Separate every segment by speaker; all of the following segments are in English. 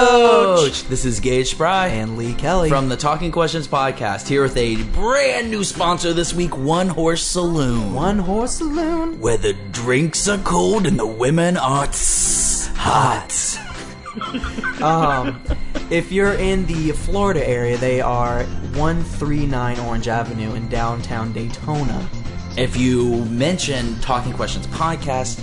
Speaker 1: Coach. This is Gage Spry
Speaker 2: and Lee Kelly.
Speaker 1: from the Talking Questions podcast here with a brand new sponsor this week, One Horse Saloon,
Speaker 2: One Horse Saloon.
Speaker 1: where the drinks are cold and the women are tss, hot.
Speaker 2: Um, if you're in the Florida area, they are 139 Orange Avenue in downtown Daytona.
Speaker 1: If you mention Talking Questions podcast,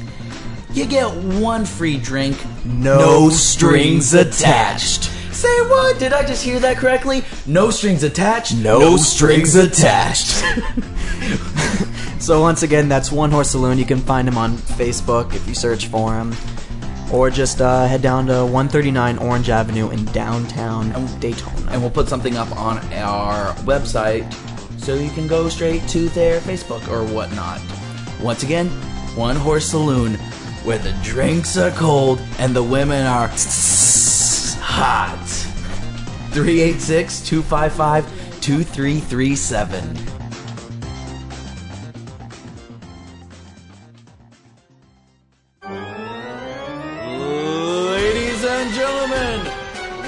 Speaker 1: you get one free drink,
Speaker 2: No strings
Speaker 1: attached. Say what? Did I just hear that correctly? No strings attached. No, strings attached.
Speaker 2: So once again, that's One Horse Saloon. You can find him on Facebook if you search for him, or just uh, head down to 139 Orange Avenue in downtown Daytona.
Speaker 1: and we'll put something up on our website so you can go straight to their Facebook or whatnot. Once again, One Horse Saloon, where the drinks are cold and the women are hot. 386 255 2337. Ladies and gentlemen,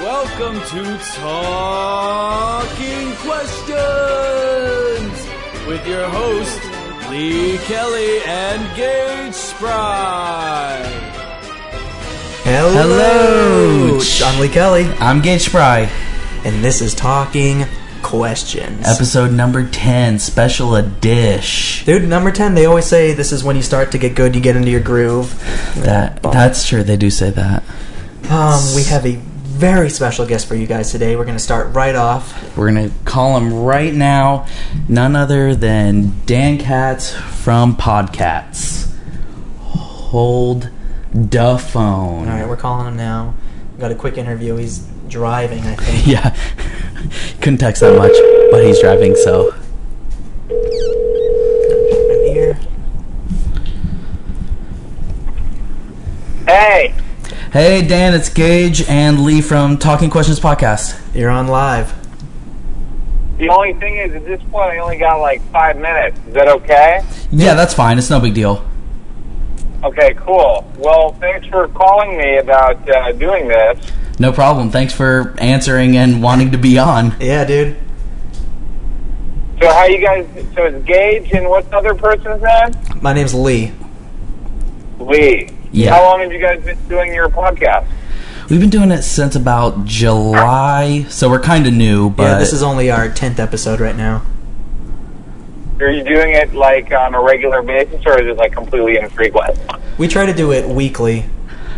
Speaker 1: welcome to Talking Questions with your host, Lee Kelly and Gage Spry. Hello.
Speaker 2: John Lee Kelly,
Speaker 1: I'm Gage Spry,
Speaker 2: and this is Talking Questions.
Speaker 1: episode number 10, special edition.
Speaker 2: Dude, number 10, they always say this is when you start to get good, you get into your groove.
Speaker 1: That, that's true, they do say that.
Speaker 2: Um, we have a very special guest for you guys today. We're going to start right off.
Speaker 1: We're going to call him right now, none other than Dan Katz from Podcats. Hold the phone.
Speaker 2: All right, we're calling him now. We got a quick interview. He's driving, I think.
Speaker 1: Yeah. Couldn't text that much, but he's driving, so.
Speaker 2: Right here.
Speaker 3: Hey,
Speaker 1: Hey, Dan, it's Gage and Lee from Talking Questions Podcast.
Speaker 2: You're on live.
Speaker 3: the only thing is, at this point, I only got like five minutes. Is that okay?
Speaker 1: Yeah, that's fine. It's no big deal.
Speaker 3: Okay, cool. Well, thanks for calling me about uh, doing this.
Speaker 1: No problem. Thanks for answering and wanting to be on.
Speaker 2: Yeah, dude.
Speaker 3: So, how you guys? So, it's Gage and what's the other person's name?
Speaker 2: My name's Lee.
Speaker 3: Lee.
Speaker 1: Yeah.
Speaker 3: How long have you guys been doing your podcast?
Speaker 1: We've been doing it since about July, so we're kind of new, but.
Speaker 2: yeah, this is only our 10th episode right now.
Speaker 3: Are you doing it like on a regular basis, or is it like completely infrequent?
Speaker 2: We try to do it weekly.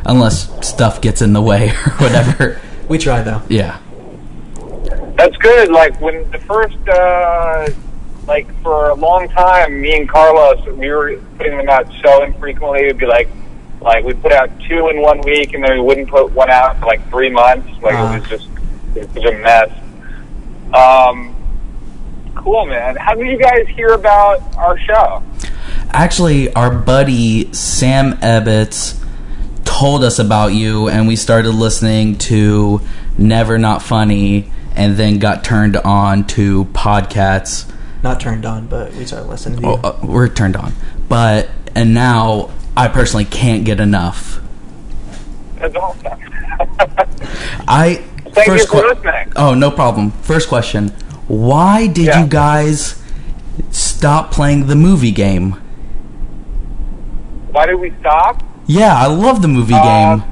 Speaker 1: Unless stuff gets in the way or whatever.
Speaker 2: We try, though.
Speaker 1: yeah.
Speaker 3: That's good. Like when the first, uh, like for a long time, me and Carlos, we were putting them out so infrequently. It'd be like, like we put out two in one week, and then we wouldn't put one out for like three months. Like
Speaker 2: Ah.
Speaker 3: it was just, it was a mess. Um, cool, man. How did you guys hear about our show?
Speaker 1: Actually, our buddy Sam Ebbets told us about you, and we started listening to Never Not Funny, and then got turned on to podcasts.
Speaker 2: Not turned on, but we started listening to you.
Speaker 1: Oh, uh, we're turned on, but and now I personally can't get enough.
Speaker 3: That's awesome.
Speaker 1: I
Speaker 3: Thank you
Speaker 1: first
Speaker 3: for
Speaker 1: que-
Speaker 3: listening.
Speaker 1: Oh, no problem. First question: Why did
Speaker 3: Yeah.
Speaker 1: you guys stop playing the movie game?
Speaker 3: Why did we stop?
Speaker 1: Yeah, I love the movie
Speaker 3: Uh,
Speaker 1: game.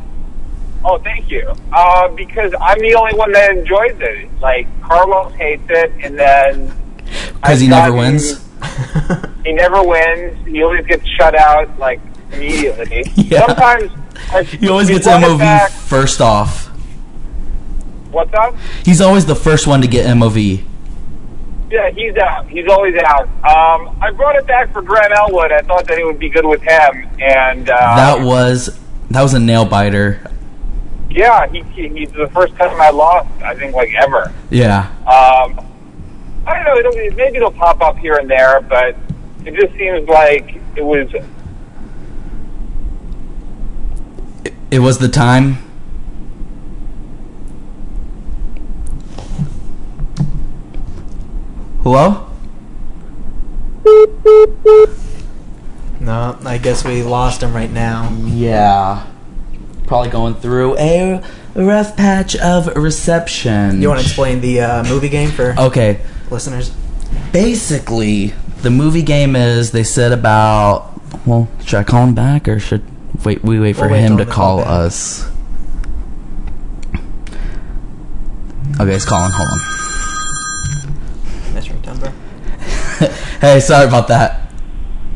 Speaker 3: Oh, thank you. Uh, because I'm the only one that enjoys it. Like Carlos hates it, and then
Speaker 1: Because he
Speaker 3: I've
Speaker 1: never
Speaker 3: gotten-
Speaker 1: wins.
Speaker 3: He never wins. He always gets shut out like immediately.
Speaker 1: Yeah.
Speaker 3: Sometimes I-
Speaker 1: He always
Speaker 3: we
Speaker 1: gets
Speaker 3: brought it
Speaker 1: MOV
Speaker 3: back-
Speaker 1: first off.
Speaker 3: What's up?
Speaker 1: He's always the first one to get MOV.
Speaker 3: Yeah, he's out. He's always out. Um, I brought it back for Grant Elwood. I thought that it would be good with him, and uh,
Speaker 1: That was that was a nail biter.
Speaker 3: yeah, he, he, he's the first time I lost. I think like ever.
Speaker 1: Yeah.
Speaker 3: Um, I don't know. It'll, maybe it'll pop up here and there, but it just seems like it was.
Speaker 1: It was the time. Hello?
Speaker 2: No, I guess we lost him right now.
Speaker 1: Yeah. probably going through a rough patch of reception.
Speaker 2: You want to explain the uh, movie game for
Speaker 1: Okay,
Speaker 2: listeners?
Speaker 1: basically the movie game is they said about. Well, should I call him back or should wait? We wait for
Speaker 2: We'll wait till
Speaker 1: him to
Speaker 2: him to call
Speaker 1: call
Speaker 2: back.
Speaker 1: us. Okay, it's calling. Hold on.
Speaker 2: That's right, number.
Speaker 1: Hey, sorry about that.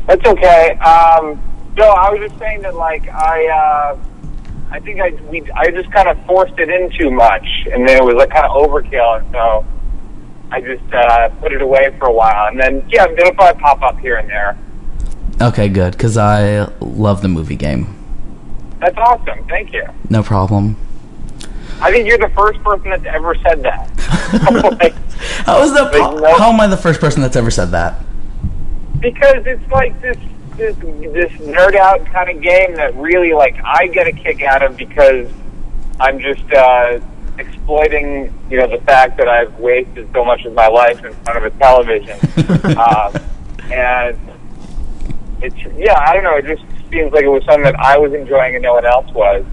Speaker 3: That's okay. Um, no, I was just saying that, like, I, uh, I think I, we, I just kind of forced it in too much, and then it was like kind of overkill, and so I just uh, put it away for a while, and then yeah, it'll probably pop up here and there.
Speaker 1: Okay, good, because I love the movie game.
Speaker 3: That's awesome. Thank you.
Speaker 1: No problem.
Speaker 3: I think you're the first person that's ever said that. like,
Speaker 1: How is that?
Speaker 3: Wait, no.
Speaker 1: How am I the first person that's ever said that?
Speaker 3: because it's like this this this nerd out kind of game that really like I get a kick out of because I'm just uh, exploiting you know the fact that I've wasted so much of my life in front of a television, um, and it's yeah I don't know it just seems like it was something that I was enjoying and no one else was.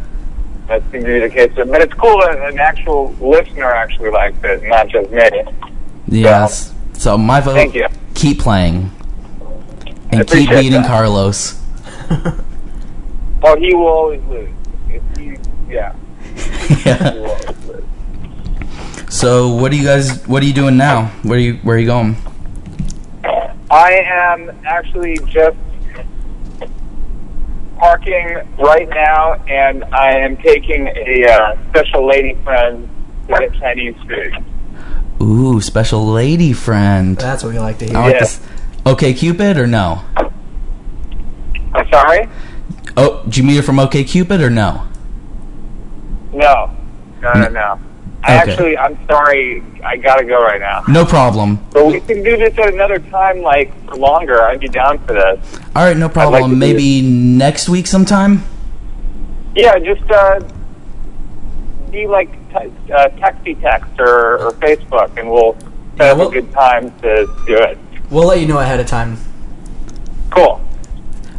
Speaker 3: That seems to be the case, but it's cool that an actual listener actually likes it, not just me.
Speaker 1: Yes. So my vote.
Speaker 3: Thank you.
Speaker 1: Keep playing,
Speaker 3: I
Speaker 1: and keep
Speaker 3: appreciate
Speaker 1: beating
Speaker 3: that.
Speaker 1: Carlos.
Speaker 3: Well, Oh, he will always lose. If he, yeah, he
Speaker 1: yeah.
Speaker 3: will always lose.
Speaker 1: So what are you guys? What are you doing now? Where are you? Where are you going?
Speaker 3: I am actually just parking right now, and I am taking a uh, special lady friend to get Chinese food.
Speaker 1: Ooh, special lady friend.
Speaker 2: That's what we like to hear.
Speaker 1: I like
Speaker 3: yeah.
Speaker 1: this. Okay, Cupid or no?
Speaker 3: I'm sorry?
Speaker 1: Oh, did you meet her from OK Cupid or no?
Speaker 3: No, no, no, no. I
Speaker 1: Okay.
Speaker 3: actually, I'm sorry. I gotta go right now.
Speaker 1: No problem.
Speaker 3: But we can do this at another time, like for longer. I'd be down for this.
Speaker 1: All right, no
Speaker 3: like
Speaker 1: problem.
Speaker 3: to do
Speaker 1: Maybe next week sometime.
Speaker 3: Yeah, just uh, be like t- uh, texty text or, or Facebook, and we'll set up
Speaker 1: well-
Speaker 3: a good time to do it.
Speaker 2: We'll let you know ahead of time.
Speaker 3: Cool.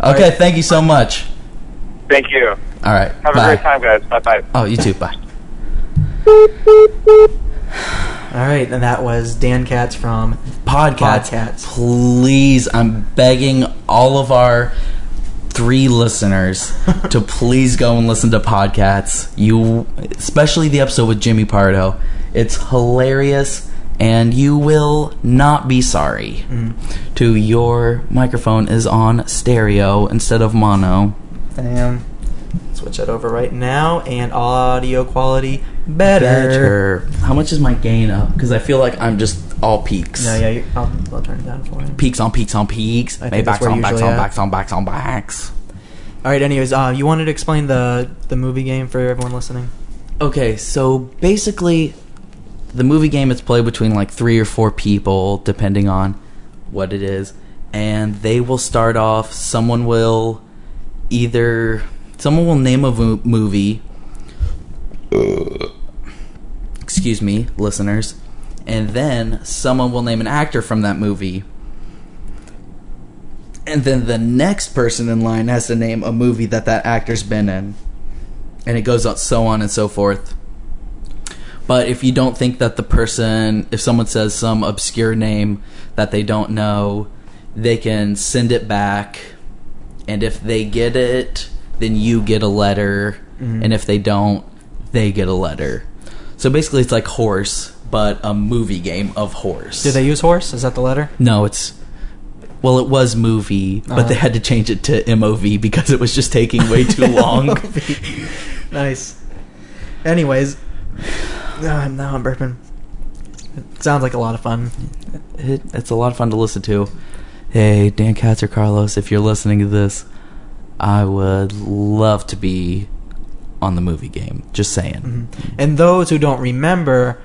Speaker 1: Okay, thank you so much.
Speaker 3: Thank you.
Speaker 1: All right.
Speaker 3: Have
Speaker 1: bye.
Speaker 3: a great time, guys. Bye bye.
Speaker 1: Oh, you too. Bye.
Speaker 2: All right, and that was Dan Katz from
Speaker 1: Podcast.
Speaker 2: Podcasts.
Speaker 1: Please, I'm begging all of our three listeners to please go and listen to podcasts. You, especially the episode with Jimmy Pardo. It's hilarious, and you will not be sorry.
Speaker 2: Mm-hmm.
Speaker 1: To your microphone is on stereo instead of mono.
Speaker 2: Damn. Switch that over right now, and audio quality better.
Speaker 1: Better. How much is my gain up? Because I feel like I'm just all peaks.
Speaker 2: No, yeah, you, I'll, I'll turn it down for you.
Speaker 1: Peaks on peaks on peaks.
Speaker 2: I
Speaker 1: Maybe
Speaker 2: think that's
Speaker 1: backs
Speaker 2: where
Speaker 1: on backs
Speaker 2: usually
Speaker 1: on
Speaker 2: at.
Speaker 1: backs on backs on backs.
Speaker 2: All right. Anyways, uh, you wanted to explain the the movie game for everyone listening.
Speaker 1: Okay, so basically, the movie game is played between like three or four people, depending on what it is, and they will start off. Someone will either someone will name a vo- movie. Excuse me, listeners, and then someone will name an actor from that movie. And then the next person in line has to name a movie that that actor's been in and it goes on so on and so forth. But if you don't think that the person, if someone says some obscure name that they don't know, they can send it back. And if they get it, then you get a letter. And if they don't, they get a letter. So basically, it's like horse, but a movie game of horse.
Speaker 2: Did they use horse? Is that the letter?
Speaker 1: No, it's. Well, it was movie, but
Speaker 2: Uh-huh.
Speaker 1: they had to change it to MOV because it was just taking way too long.
Speaker 2: nice. Anyways, uh, now I'm burping. It sounds like a lot of fun.
Speaker 1: it, it's a lot of fun to listen to. Hey, Dan Katz or Carlos, if you're listening to this, I would love to be on the movie game. Just saying.
Speaker 2: Mm-hmm. And those who don't remember,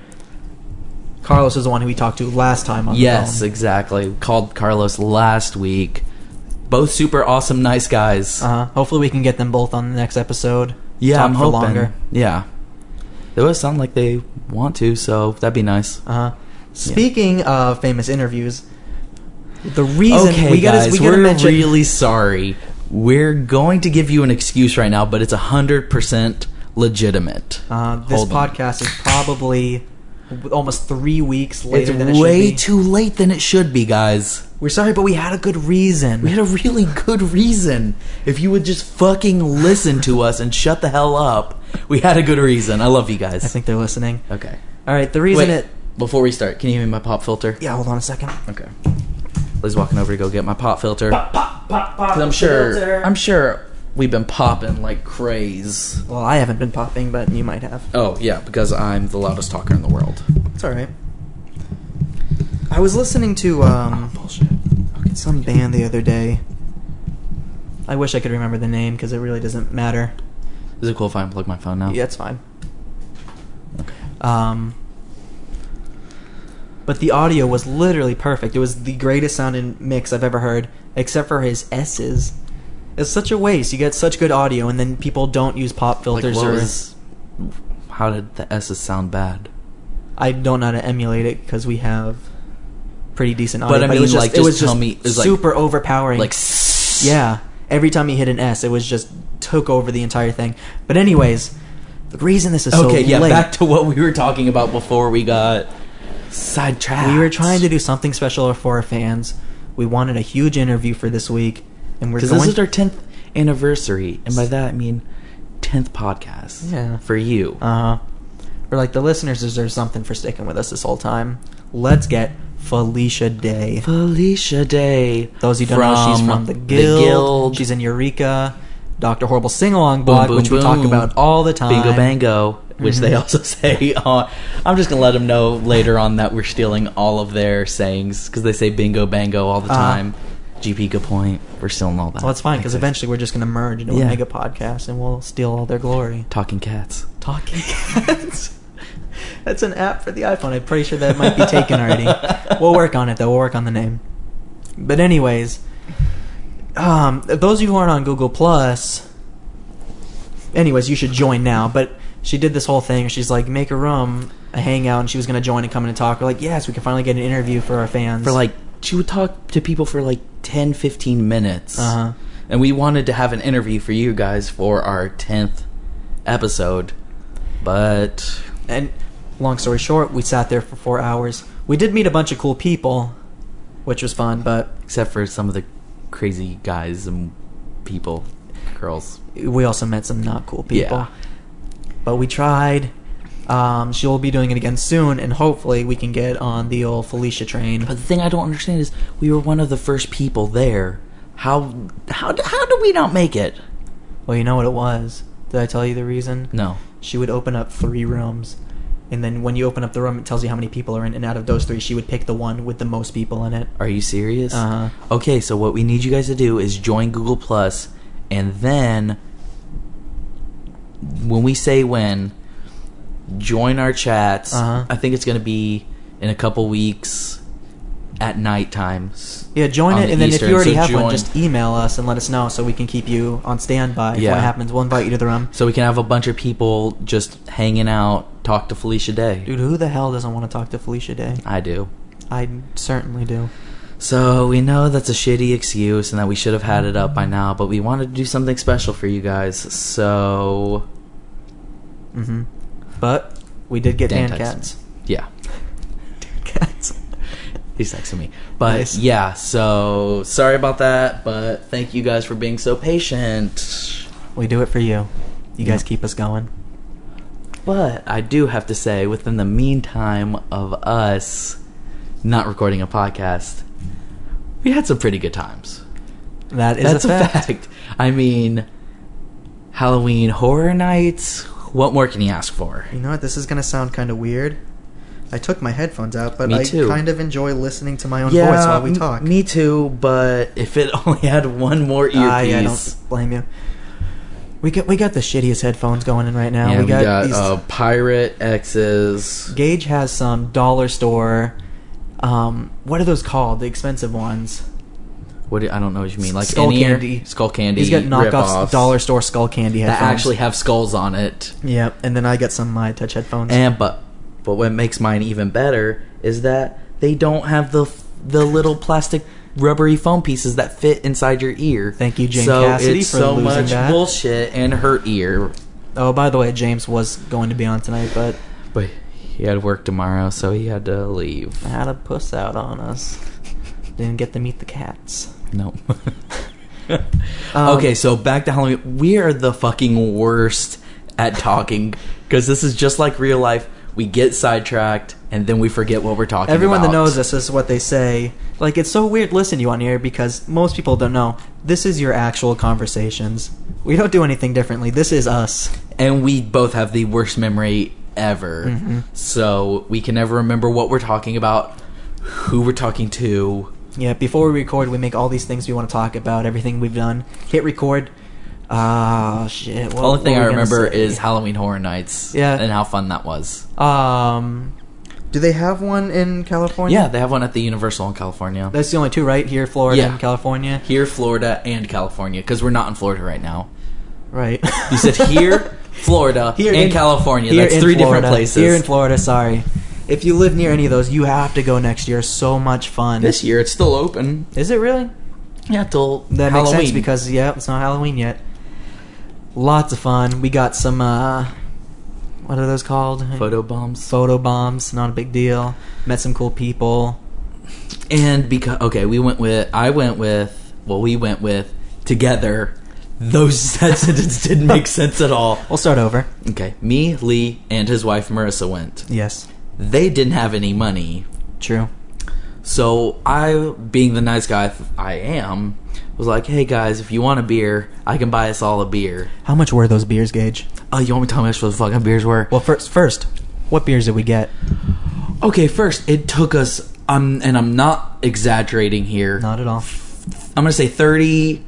Speaker 2: Carlos is the one who we talked to last time on
Speaker 1: Yes,
Speaker 2: the phone.
Speaker 1: exactly. Called Carlos last week. Both super awesome, nice guys.
Speaker 2: Uh, hopefully, we can get them both on the next episode.
Speaker 1: yeah,
Speaker 2: Talk
Speaker 1: I'm
Speaker 2: for
Speaker 1: hoping.
Speaker 2: longer.
Speaker 1: Yeah, they always sound like they want to, so that'd be nice.
Speaker 2: Uh, speaking of famous interviews, the reason
Speaker 1: okay,
Speaker 2: we gotta
Speaker 1: guys,
Speaker 2: we gotta
Speaker 1: we're
Speaker 2: mention
Speaker 1: really sorry. We're going to give you an excuse right now, but it's 100% legitimate.
Speaker 2: Uh, this
Speaker 1: Hold on.
Speaker 2: podcast is probably almost three weeks
Speaker 1: It's
Speaker 2: later than it
Speaker 1: way
Speaker 2: should be.
Speaker 1: too late than it should be, guys.
Speaker 2: We're sorry, but we had a good reason.
Speaker 1: We had a really good reason. If you would just fucking listen to us and shut the hell up, we had a good reason. I love you guys.
Speaker 2: I think they're listening.
Speaker 1: okay.
Speaker 2: All right, the reason
Speaker 1: Wait,
Speaker 2: it.
Speaker 1: before we start, can you give me my pop filter?
Speaker 2: Yeah, hold on a second.
Speaker 1: Okay. Liz walking over to go get my pop filter. Pop, pop, pop, pop. I'm sure.
Speaker 2: filter.
Speaker 1: I'm sure we've been popping like craze.
Speaker 2: Well, I haven't been popping, but you might have.
Speaker 1: Oh yeah, because I'm the loudest talker in the world.
Speaker 2: It's all right. I was listening to um,
Speaker 1: Bullshit.
Speaker 2: some band the other day. I wish I could remember the name because it really doesn't matter.
Speaker 1: Is it cool if I unplug my phone now?
Speaker 2: Yeah, it's fine.
Speaker 1: Okay.
Speaker 2: Um, but the audio was literally perfect. It was the greatest sounding mix I've ever heard, except for his S's. It's such a waste. You get such good audio, and then people don't use pop
Speaker 1: Like,
Speaker 2: filters.
Speaker 1: what
Speaker 2: or,
Speaker 1: was- How did the S's sound bad?
Speaker 2: I don't know how to emulate it because we have pretty decent audio.
Speaker 1: But I
Speaker 2: it
Speaker 1: mean,
Speaker 2: was just,
Speaker 1: like,
Speaker 2: it
Speaker 1: just
Speaker 2: was
Speaker 1: tell
Speaker 2: just
Speaker 1: me- it was like-
Speaker 2: super overpowering.
Speaker 1: Like.
Speaker 2: Yeah. Every time he hit an S, it was just took over the entire thing. But anyways, the reason this is
Speaker 1: okay,
Speaker 2: so
Speaker 1: yeah,
Speaker 2: late,
Speaker 1: back to what we were talking about before we got sidetracked.
Speaker 2: we were trying to do something special for our fans. We wanted a huge interview for this week, and we're
Speaker 1: because
Speaker 2: going.
Speaker 1: this is our tenth anniversary, and by that I mean tenth podcast.
Speaker 2: Yeah.
Speaker 1: for you.
Speaker 2: uh huh. We're like the listeners deserve something for sticking with us this whole time. Let's get Felicia Day.
Speaker 1: Felicia Day.
Speaker 2: Those who don't know, she's from the guild. She's in Eureka, Doctor Horrible Sing Along Blog,
Speaker 1: boom,
Speaker 2: which we talk
Speaker 1: boom.
Speaker 2: about all the time.
Speaker 1: Bingo Bango, which they
Speaker 2: Mhm.
Speaker 1: also say. On, I'm just gonna let them know later on that we're stealing all of their sayings because they say Bingo Bango all the
Speaker 2: Uh-huh.
Speaker 1: time. GP good point. We're stealing all that.
Speaker 2: Well, that's fine because
Speaker 1: Okay.
Speaker 2: eventually we're just going to merge into
Speaker 1: Yeah.
Speaker 2: a mega podcast and we'll steal all their glory.
Speaker 1: talking cats.
Speaker 2: Talking Cats. That's an app for the iPhone. I'm pretty sure that might be taken already. we'll work on it though. We'll work on the name. But anyways, um, those of you who aren't on Google Plus, anyways, you should join now. But she did this whole thing. She's like, make a room, a hangout, and she was going to join and come in and talk. We're like, yes, we can finally get an interview for our fans.
Speaker 1: for like she would talk to people for like 10 15 minutes
Speaker 2: Uh-huh.
Speaker 1: and we wanted to have an interview for you guys for our 10th episode but
Speaker 2: And long story short, we sat there for four hours. We did meet a bunch of cool people, which was fun, but
Speaker 1: except for some of the crazy guys and people girls
Speaker 2: we also met some not cool people.
Speaker 1: Yeah.
Speaker 2: But we tried. Um, she will be doing it again soon, and hopefully we can get on the old Felicia train.
Speaker 1: but the thing i don't understand is we were one of the first people there how how how do we not make it
Speaker 2: Well, you know what it was. Did I tell you the reason?
Speaker 1: no
Speaker 2: She would open up three rooms, and then when you open up the room, it tells you how many people are in, and out of those three, she would pick the one with the most people in it.
Speaker 1: Are you serious?
Speaker 2: Uh-huh.
Speaker 1: Okay, so what we need you guys to do is join Google Plus, and then when we say when, join our chats.
Speaker 2: Uh-huh.
Speaker 1: I think it's going to be in a couple weeks at nighttime. S-
Speaker 2: Yeah, join
Speaker 1: on
Speaker 2: it,
Speaker 1: the
Speaker 2: and then if
Speaker 1: Eastern,
Speaker 2: you already
Speaker 1: so
Speaker 2: have
Speaker 1: join-
Speaker 2: one, just email us and let us know so we can keep you on standby. If
Speaker 1: Yeah.
Speaker 2: what happens, we'll invite you to the room.
Speaker 1: So we can have a bunch of people just hanging out, talk to Felicia Day.
Speaker 2: Dude, who the hell doesn't want to talk to Felicia Day?
Speaker 1: I do.
Speaker 2: I certainly do.
Speaker 1: So we know that's a shitty excuse and that we should have had it up by now, but we wanted to do something special for you guys. So
Speaker 2: hmm But we did get Dan,
Speaker 1: Dan
Speaker 2: Cats.
Speaker 1: texted yeah.
Speaker 2: Cats.
Speaker 1: He's texting me. But
Speaker 2: Nice.
Speaker 1: yeah, so sorry about that, but thank you guys for being so patient.
Speaker 2: We do it for you. You guys
Speaker 1: Yeah.
Speaker 2: keep us going.
Speaker 1: But I do have to say, within the meantime of us not recording a podcast, we had some pretty good times.
Speaker 2: That is
Speaker 1: That's
Speaker 2: a fact.
Speaker 1: I mean, Halloween horror nights. What more can you ask for?
Speaker 2: You know what? This is gonna sound kind of weird. I took my headphones out, but
Speaker 1: Me
Speaker 2: I
Speaker 1: too.
Speaker 2: kind of enjoy listening to my own voice while we
Speaker 1: m-
Speaker 2: talk.
Speaker 1: me too. But if it only had one more earpiece,
Speaker 2: Ah, yeah, I don't blame you. We got we got the shittiest headphones going in right now.
Speaker 1: Yeah,
Speaker 2: we got, these.
Speaker 1: uh, pirate X's.
Speaker 2: Gage has some dollar store. Um, what are those called? The expensive ones.
Speaker 1: What do, I don't know what you mean, like
Speaker 2: Skull
Speaker 1: in-ear?
Speaker 2: candy.
Speaker 1: skull candy.
Speaker 2: He's got knockoffs,
Speaker 1: rip-offs
Speaker 2: dollar store skull candy
Speaker 1: that
Speaker 2: headphones.
Speaker 1: actually have skulls on it.
Speaker 2: yeah. And then I got some my touch headphones.
Speaker 1: And but but what makes mine even better is that they don't have the the little plastic rubbery foam pieces that fit inside your ear.
Speaker 2: Thank you, Jane
Speaker 1: so
Speaker 2: Cassidy,
Speaker 1: it's
Speaker 2: for
Speaker 1: so
Speaker 2: losing
Speaker 1: much
Speaker 2: that.
Speaker 1: bullshit in her ear.
Speaker 2: Oh, by the way, James was going to be on tonight, but
Speaker 1: But he had work tomorrow, so he had to leave.
Speaker 2: had a puss out on us. Didn't get to meet the cats.
Speaker 1: No.
Speaker 2: Um,
Speaker 1: okay, so back to Halloween. We are the fucking worst at talking because this is just like real life. We get sidetracked and then we forget what we're talking
Speaker 2: Everyone
Speaker 1: about.
Speaker 2: that knows this is what they say. Like it's so weird listening to you on here because most people don't know. This is your actual conversations. We don't do anything differently. This is us.
Speaker 1: And we both have the worst memory ever.
Speaker 2: Mm-hmm.
Speaker 1: So we can never remember what we're talking about, who we're talking to.
Speaker 2: Yeah, before we record, we make all these things we want to talk about, everything we've done. Hit record. Ah, shit.
Speaker 1: The
Speaker 2: What,
Speaker 1: only thing
Speaker 2: what
Speaker 1: I
Speaker 2: were we gonna
Speaker 1: remember
Speaker 2: say?
Speaker 1: is Halloween Horror Nights
Speaker 2: Yeah.
Speaker 1: and how fun that was.
Speaker 2: Um, do they have one in California?
Speaker 1: Yeah, they have one at the Universal in California.
Speaker 2: that's the only two, right? Here, Florida
Speaker 1: Yeah.
Speaker 2: and California.
Speaker 1: Here, Florida, and California, because we're not in Florida right now.
Speaker 2: Right.
Speaker 1: You said here, Florida, and California.
Speaker 2: here
Speaker 1: That's
Speaker 2: in
Speaker 1: three
Speaker 2: Florida.
Speaker 1: different places.
Speaker 2: Here in Florida, sorry. If you live near any of those, you have to go next year. So much fun.
Speaker 1: this year, it's still open.
Speaker 2: is it really?
Speaker 1: Yeah, till
Speaker 2: That
Speaker 1: Halloween.
Speaker 2: makes sense because yeah, it's not Halloween yet. Lots of fun. We got some. uh What are those called?
Speaker 1: photo bombs.
Speaker 2: Photo bombs. Not a big deal. Met some cool people.
Speaker 1: And because okay, we went with I went with well, we went with together. Those that sentence didn't make sense at all.
Speaker 2: We'll start over.
Speaker 1: Okay, me, Lee, and his wife Marissa went.
Speaker 2: Yes.
Speaker 1: They didn't have any money,
Speaker 2: True.
Speaker 1: so I, being the nice guy I am, was like, "Hey guys, if you want a beer, I can buy us all a beer."
Speaker 2: How much were those beers, Gage?
Speaker 1: Oh, you want me to tell me how much those fucking beers were?
Speaker 2: Well, first, first, what beers did we get?
Speaker 1: Okay, first it took us um and I'm not exaggerating here.
Speaker 2: Not at all.
Speaker 1: I'm going to say 30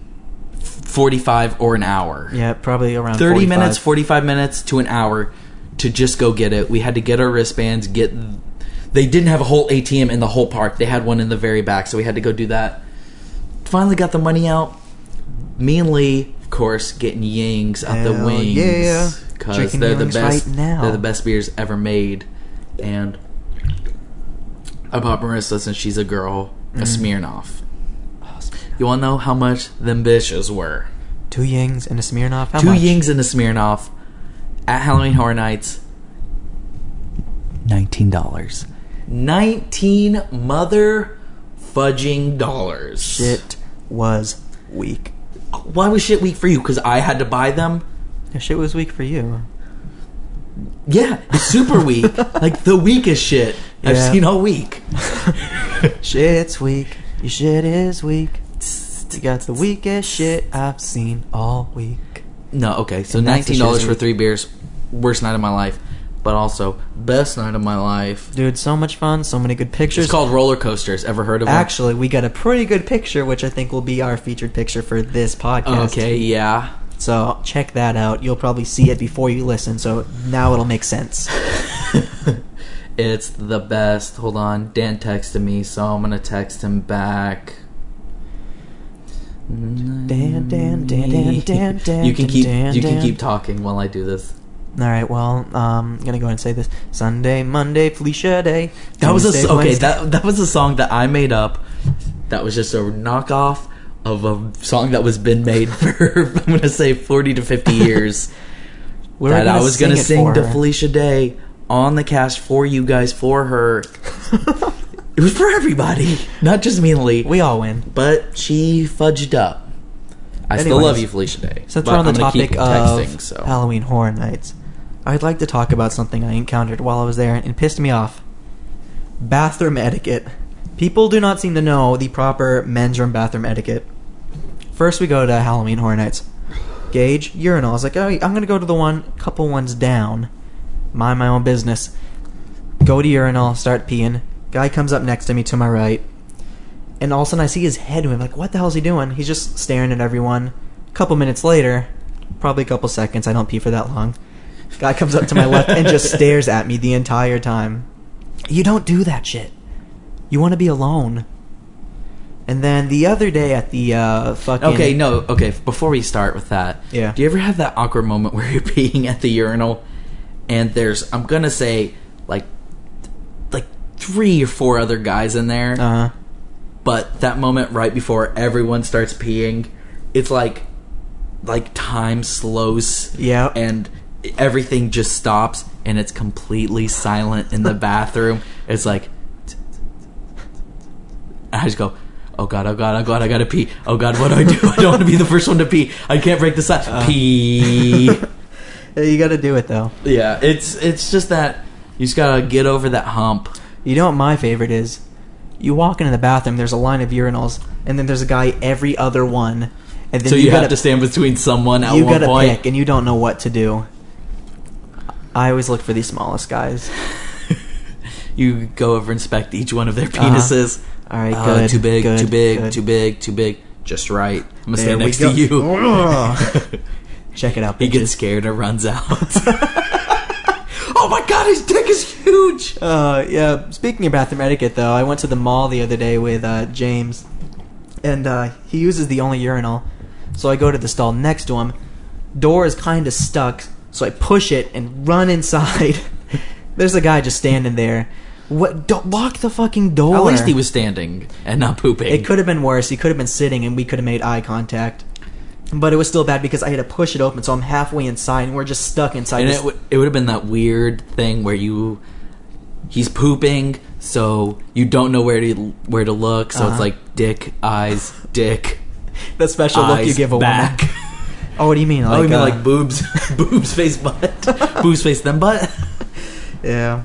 Speaker 1: 45 or an hour.
Speaker 2: Yeah, probably around
Speaker 1: 30
Speaker 2: 45.
Speaker 1: minutes, 45 minutes to an hour to just go get it. We had to get our wristbands, get they didn't have a whole ATM in the whole park. They had one in the very back, so we had to go do that. Finally got the money out. Me and Lee, of course, getting Yings out the
Speaker 2: Hell
Speaker 1: wings.
Speaker 2: yeah.
Speaker 1: Cuz
Speaker 2: Drinking
Speaker 1: they're the
Speaker 2: Yings
Speaker 1: best
Speaker 2: right now.
Speaker 1: they're the best beers ever made. And I bought Marissa since she's a girl, a
Speaker 2: Mm.
Speaker 1: Smirnoff. You wanna know how much them bitches were?
Speaker 2: Two Yings and a Smirnoff. How
Speaker 1: two
Speaker 2: much?
Speaker 1: Yings and a Smirnoff at Halloween Horror Nights. Nineteen dollars. Nineteen mother fudging dollars.
Speaker 2: Shit was weak.
Speaker 1: Why was shit weak for you? Because I had to buy them.
Speaker 2: Yeah, shit was weak for you.
Speaker 1: Yeah, it's super weak. like the weakest shit I've
Speaker 2: Yeah.
Speaker 1: seen all week.
Speaker 2: Shit's weak. Your shit is weak. You got the weakest shit I've seen all week.
Speaker 1: No, okay. So
Speaker 2: And that's the
Speaker 1: nineteen dollars for
Speaker 2: shit.
Speaker 1: three beers. Worst night of my life, but also best night of my life.
Speaker 2: Dude, so much fun, so many good pictures.
Speaker 1: It's called roller coasters. Ever heard of them?
Speaker 2: Actually, we got a pretty good picture, which I think will be our featured picture for this podcast.
Speaker 1: Okay, yeah.
Speaker 2: So check that out. You'll probably see it before you listen, so now it'll make sense.
Speaker 1: It's the best. Hold on. Dan texted me, so I'm going to text him back.
Speaker 2: Dan, Dan, Dan, Dan, Dan, Dan.
Speaker 1: you can keep
Speaker 2: Dan,
Speaker 1: you can
Speaker 2: Dan.
Speaker 1: keep talking while I do this.
Speaker 2: All right, well, um, I'm gonna go ahead and say this: Sunday, Monday, Felicia Day.
Speaker 1: That was a s-
Speaker 2: Tuesday,
Speaker 1: okay.
Speaker 2: Wednesday-
Speaker 1: That that was a song that I made up. That was just a knockoff of a song that was been made for I'm gonna say 40 to 50 years.
Speaker 2: We were
Speaker 1: that I was gonna
Speaker 2: it
Speaker 1: sing
Speaker 2: for
Speaker 1: to
Speaker 2: her.
Speaker 1: Felicia Day on the cast for you guys for her. it was for everybody, not just me and Lee.
Speaker 2: We all win.
Speaker 1: but she fudged up. I still
Speaker 2: Anyways.
Speaker 1: love you, Felicia Day.
Speaker 2: Since
Speaker 1: but
Speaker 2: we're on the
Speaker 1: I'm gonna keep
Speaker 2: topic of
Speaker 1: texting, so.
Speaker 2: Halloween Horror Nights, I'd like to talk about something I encountered while I was there and pissed me off. Bathroom etiquette. People do not seem to know the proper men's room bathroom etiquette. First, we go to Halloween Horror Nights. Gage, urinal. I was like, oh, I'm going to go to the one, couple ones down. Mind my own business. Go to urinal, start peeing. Guy comes up next to me to my right and all of a sudden I see his head move. Like, what the hell is he doing? He's just staring at everyone. A couple minutes later, probably a couple seconds. I don't pee for that long. Guy comes up to my left and just stares at me the entire time. You don't do that shit. You want to be alone. And then the other day at the uh, fucking
Speaker 1: Okay, no, okay. f- Before we start with that,
Speaker 2: Yeah.
Speaker 1: Do you ever have that awkward moment where you're peeing at the urinal, and there's I'm gonna
Speaker 2: Uh-huh.
Speaker 1: say like, like three or four other guys in there,
Speaker 2: uh,
Speaker 1: But that moment right before everyone starts peeing, it's like like time slows.
Speaker 2: Yeah.
Speaker 1: And everything just stops and it's completely silent in the bathroom. It's like I just go, oh god, oh god, oh god, I gotta pee. Oh god, what do I do? I don't want to be the first one to pee. I can't break the silence.
Speaker 2: Uh.
Speaker 1: pee.
Speaker 2: Yeah, You got to do it though.
Speaker 1: yeah, it's it's just that you just gotta get over that hump.
Speaker 2: You know what my favorite is? You walk into the bathroom, there's a line of urinals, and then there's a guy every other one, and then
Speaker 1: So you, have
Speaker 2: gotta,
Speaker 1: to stand between someone at
Speaker 2: you
Speaker 1: one
Speaker 2: gotta
Speaker 1: point.
Speaker 2: pick, and you don't know what to do. I always look for the smallest guys.
Speaker 1: You go over inspect each one of their penises.
Speaker 2: Uh-huh. All right,
Speaker 1: Uh,
Speaker 2: good,
Speaker 1: too big,
Speaker 2: good,
Speaker 1: too big,
Speaker 2: good.
Speaker 1: too big, too big. Just right. I'm gonna stand
Speaker 2: There we
Speaker 1: next
Speaker 2: go.
Speaker 1: to you.
Speaker 2: Ugh. Check it out.
Speaker 1: he
Speaker 2: bitches.
Speaker 1: gets scared and runs out. oh my god, his dick is huge.
Speaker 2: Uh, yeah. Speaking of bathroom etiquette, though, I went to the mall the other day with uh, James, and uh, he uses the only urinal. So I go to the stall next to him. Door is kind of stuck, so I push it and run inside. There's a guy just standing there. What? Don't lock the fucking door.
Speaker 1: At least he was standing and not pooping.
Speaker 2: It could have been worse. He could have been sitting, and we could have made eye contact. But it was still bad because I had to push it open, so I'm halfway inside, and we're just stuck inside.
Speaker 1: and
Speaker 2: this-
Speaker 1: it would it would have been that weird thing where you he's pooping, so you don't know where to where to look. So it's
Speaker 2: Uh-huh.
Speaker 1: like dick eyes, dick
Speaker 2: the special look you
Speaker 1: eyes,
Speaker 2: give a
Speaker 1: back.
Speaker 2: woman. Oh, what do you mean?
Speaker 1: oh, you mean
Speaker 2: uh,
Speaker 1: like boobs, boobs face butt, boobs face them butt.
Speaker 2: yeah.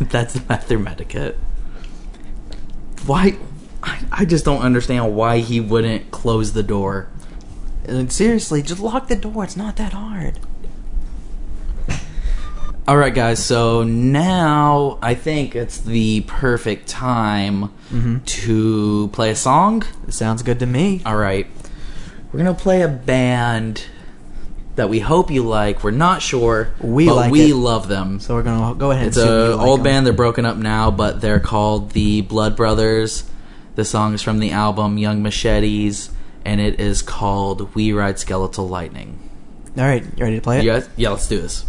Speaker 1: That's the bathroom etiquette. Why? I, I just don't understand why he wouldn't close the door.
Speaker 2: And seriously, just lock the door. It's not that hard.
Speaker 1: All right, guys. So now I think it's the perfect time
Speaker 2: Mm-hmm.
Speaker 1: to play a song.
Speaker 2: sounds good to me.
Speaker 1: All right. We're going to play a band that we hope you like. We're not sure,
Speaker 2: We
Speaker 1: but
Speaker 2: like
Speaker 1: we
Speaker 2: it.
Speaker 1: love them.
Speaker 2: So we're gonna go ahead.
Speaker 1: it's
Speaker 2: and see if we
Speaker 1: an
Speaker 2: like
Speaker 1: old
Speaker 2: 'em.
Speaker 1: band. They're broken up now, but they're called the Blood Brothers. The song is from the album Young Machetes, and it is called We Ride Skeletal Lightning.
Speaker 2: All right, you ready to play it?
Speaker 1: Yeah, yeah, let's do this.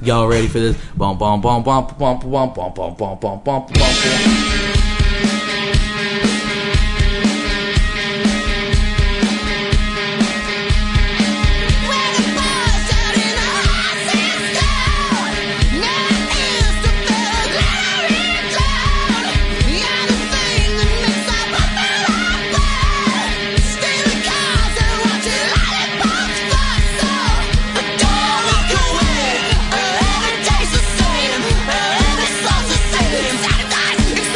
Speaker 1: Y'all ready for this? Bum bum bum bum bum bum bum bum bum bum bum bum.
Speaker 4: Where the boys out in the horses go, night is the glittering cloud. You're the thing that makes our buffalo wild. Stealing cars and watching lollipops fly. So don't walk away. Every day's the same. Every song's the same. Sacrifice,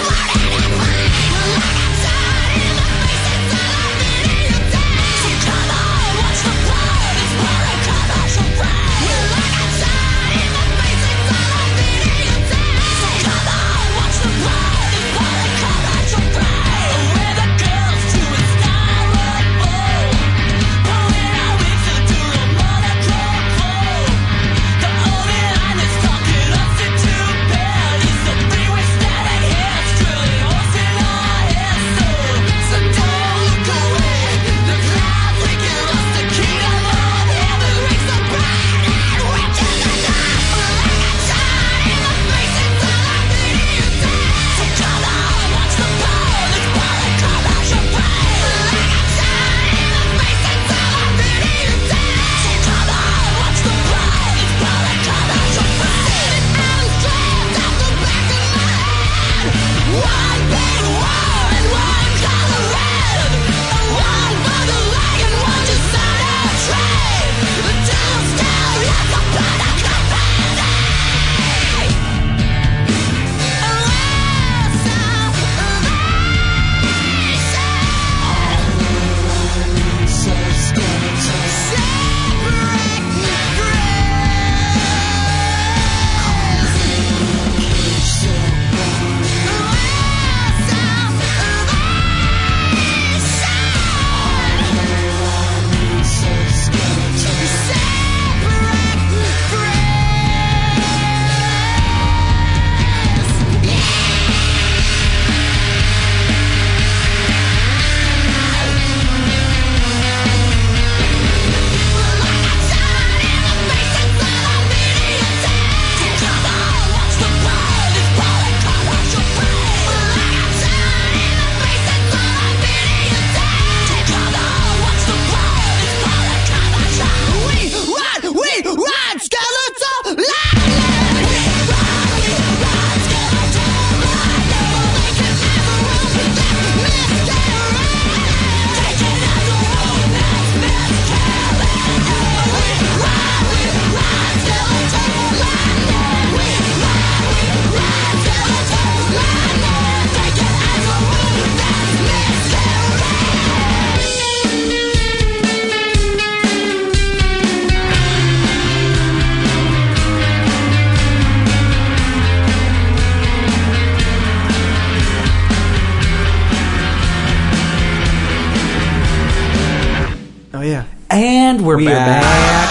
Speaker 2: Oh, And we're
Speaker 1: We are
Speaker 2: back.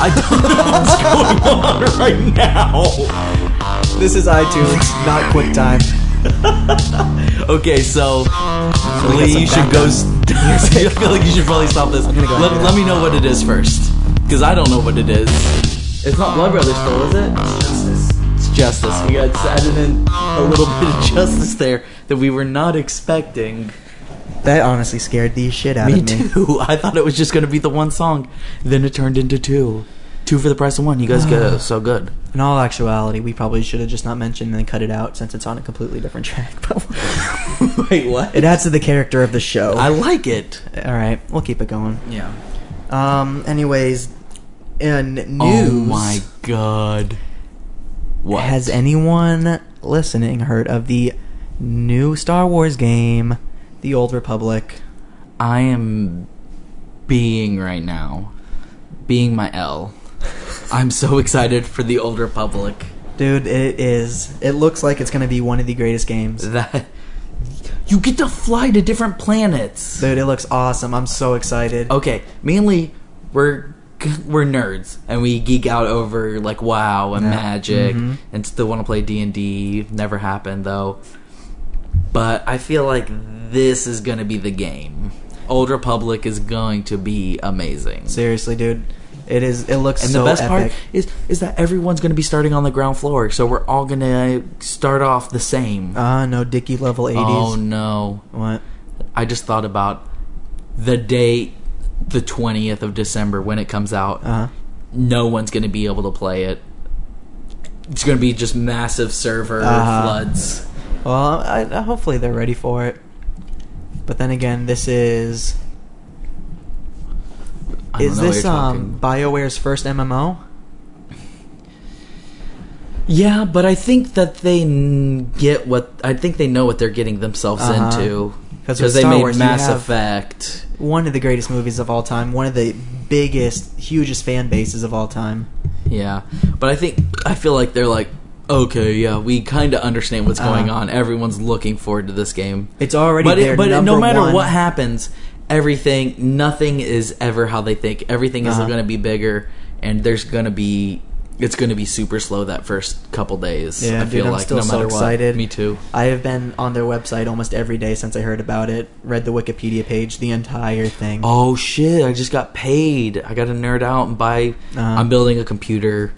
Speaker 2: I don't know what's going on right now. This is iTunes, not QuickTime.
Speaker 1: Okay,
Speaker 2: we
Speaker 1: so Lee,
Speaker 2: got
Speaker 1: you
Speaker 2: some
Speaker 1: should go. s- I feel like you should probably stop this.
Speaker 2: gonna go
Speaker 1: let,
Speaker 2: ahead.
Speaker 1: let me know what it is first, because I don't know what it is. It's not Blood Brothers, though, is it?
Speaker 2: It's justice.
Speaker 1: We got added in a little bit of justice there that we were not expecting.
Speaker 2: That honestly scared the shit out of
Speaker 1: Me
Speaker 2: me.
Speaker 1: too. I thought it was just gonna be the one song, then it turned into two, two for the price of one. You guys get
Speaker 2: Ah.
Speaker 1: it. so good.
Speaker 2: In all actuality, we probably should have just not mentioned and cut it out since it's on a completely different track. But
Speaker 1: Wait, what?
Speaker 2: it adds to the character of the show.
Speaker 1: I like it.
Speaker 2: all right, we'll keep it going.
Speaker 1: Yeah.
Speaker 2: Um. Anyways, in news,
Speaker 1: Oh my god. What?
Speaker 2: has anyone listening heard of the new Star Wars game, The Old Republic?
Speaker 1: I am being right now, being my L. I'm so excited for the Old Republic.
Speaker 2: Dude, it is. It looks like it's gonna be one of the greatest games.
Speaker 1: That you get to fly to different planets.
Speaker 2: Dude, it looks awesome. I'm so excited.
Speaker 1: Okay, mainly we're we're nerds and we geek out over like WoW and Magic
Speaker 2: Mm-hmm.
Speaker 1: and still want to play D and D. Never happened though. But I feel like this is going to be the game. Old Republic is going to be amazing.
Speaker 2: Seriously, dude, it is. It looks
Speaker 1: And
Speaker 2: so
Speaker 1: the best
Speaker 2: epic.
Speaker 1: part is is that everyone's going to be starting on the ground floor, so we're all going to start off the same.
Speaker 2: Ah, no, Dicky level 80s.
Speaker 1: oh no.
Speaker 2: What?
Speaker 1: I just thought about the date the 20th of December when it comes out.
Speaker 2: Uh huh.
Speaker 1: No one's going to be able to play it. It's going to be just massive server
Speaker 2: Uh-huh.
Speaker 1: floods.
Speaker 2: Well, I, I- hopefully they're ready for it. But then again, this is
Speaker 1: I don't
Speaker 2: is
Speaker 1: know what
Speaker 2: this
Speaker 1: you're
Speaker 2: um
Speaker 1: talking-
Speaker 2: BioWare's first MMO?
Speaker 1: Yeah, but I think that they n- get what I think they know what they're getting themselves
Speaker 2: Uh-huh.
Speaker 1: into
Speaker 2: 'Cause with
Speaker 1: because they
Speaker 2: Star
Speaker 1: made
Speaker 2: Wars, you
Speaker 1: Mass
Speaker 2: have-
Speaker 1: Effect.
Speaker 2: One of the greatest movies of all time. One of the biggest, hugest fan bases of all time.
Speaker 1: Yeah, but I think I feel like they're like, okay, yeah, we kind of understand what's going
Speaker 2: Uh.
Speaker 1: on. Everyone's looking forward to this game.
Speaker 2: It's already
Speaker 1: but
Speaker 2: their
Speaker 1: it, but it-
Speaker 2: number
Speaker 1: no matter
Speaker 2: one.
Speaker 1: what happens, everything, nothing is ever how they think. Everything
Speaker 2: Uh-huh.
Speaker 1: is going to be bigger, and there's going to be. It's going to be super slow that first couple days.
Speaker 2: Yeah,
Speaker 1: I
Speaker 2: dude,
Speaker 1: feel
Speaker 2: I'm
Speaker 1: like
Speaker 2: still
Speaker 1: no
Speaker 2: so
Speaker 1: matter
Speaker 2: excited.
Speaker 1: what. Me too.
Speaker 2: I have been on their website almost every day since I heard about it. Read the Wikipedia page, the entire thing.
Speaker 1: Oh shit! I just got paid. I got to nerd out and buy.
Speaker 2: Uh-huh.
Speaker 1: I'm building a computer,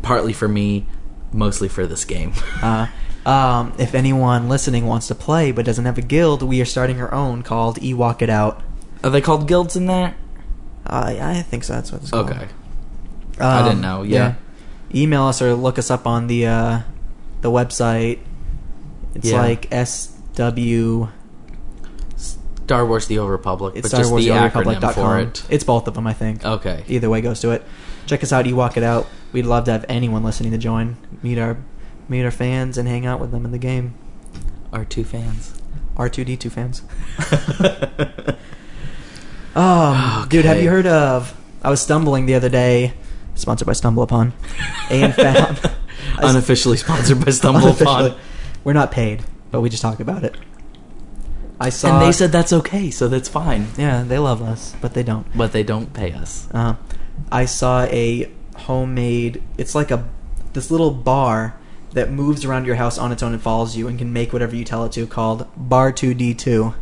Speaker 1: partly for me, mostly for this game.
Speaker 2: Uh, um, if anyone listening wants to play but doesn't have a guild, we are starting our own called Ewok It Out.
Speaker 1: Are they called guilds in that?
Speaker 2: Uh, yeah, I think so. That's what it's called.
Speaker 1: Okay. I didn't know, yeah.
Speaker 2: Email us or look us up on the uh, the website. It's
Speaker 1: Yeah.
Speaker 2: like SW.
Speaker 1: Star Wars: The Old Republic,
Speaker 2: It's
Speaker 1: but just the acronym for
Speaker 2: StarWarsRepublic.com.
Speaker 1: it.
Speaker 2: It's both of them, I think.
Speaker 1: Okay.
Speaker 2: Either way goes to it. Check us out. Ewok It Out. We'd love to have anyone listening to join. Meet our meet our fans and hang out with them in the game.
Speaker 1: Our two fans.
Speaker 2: R2D2 fans. Um, dude, have
Speaker 1: Okay.
Speaker 2: you heard of? I was stumbling the other day, sponsored by Stumble Upon, and found
Speaker 1: Unofficially sponsored by Stumble
Speaker 2: Unofficially.
Speaker 1: Upon.
Speaker 2: We're not paid, but we just talk about it. I saw.
Speaker 1: And they said that's okay, so that's fine.
Speaker 2: yeah, they love us, but they don't.
Speaker 1: But they don't pay us.
Speaker 2: Uh, I saw a homemade. It's like a this little bar that moves around your house on its own and follows you and can make whatever you tell it to. Called Bar Two D Two.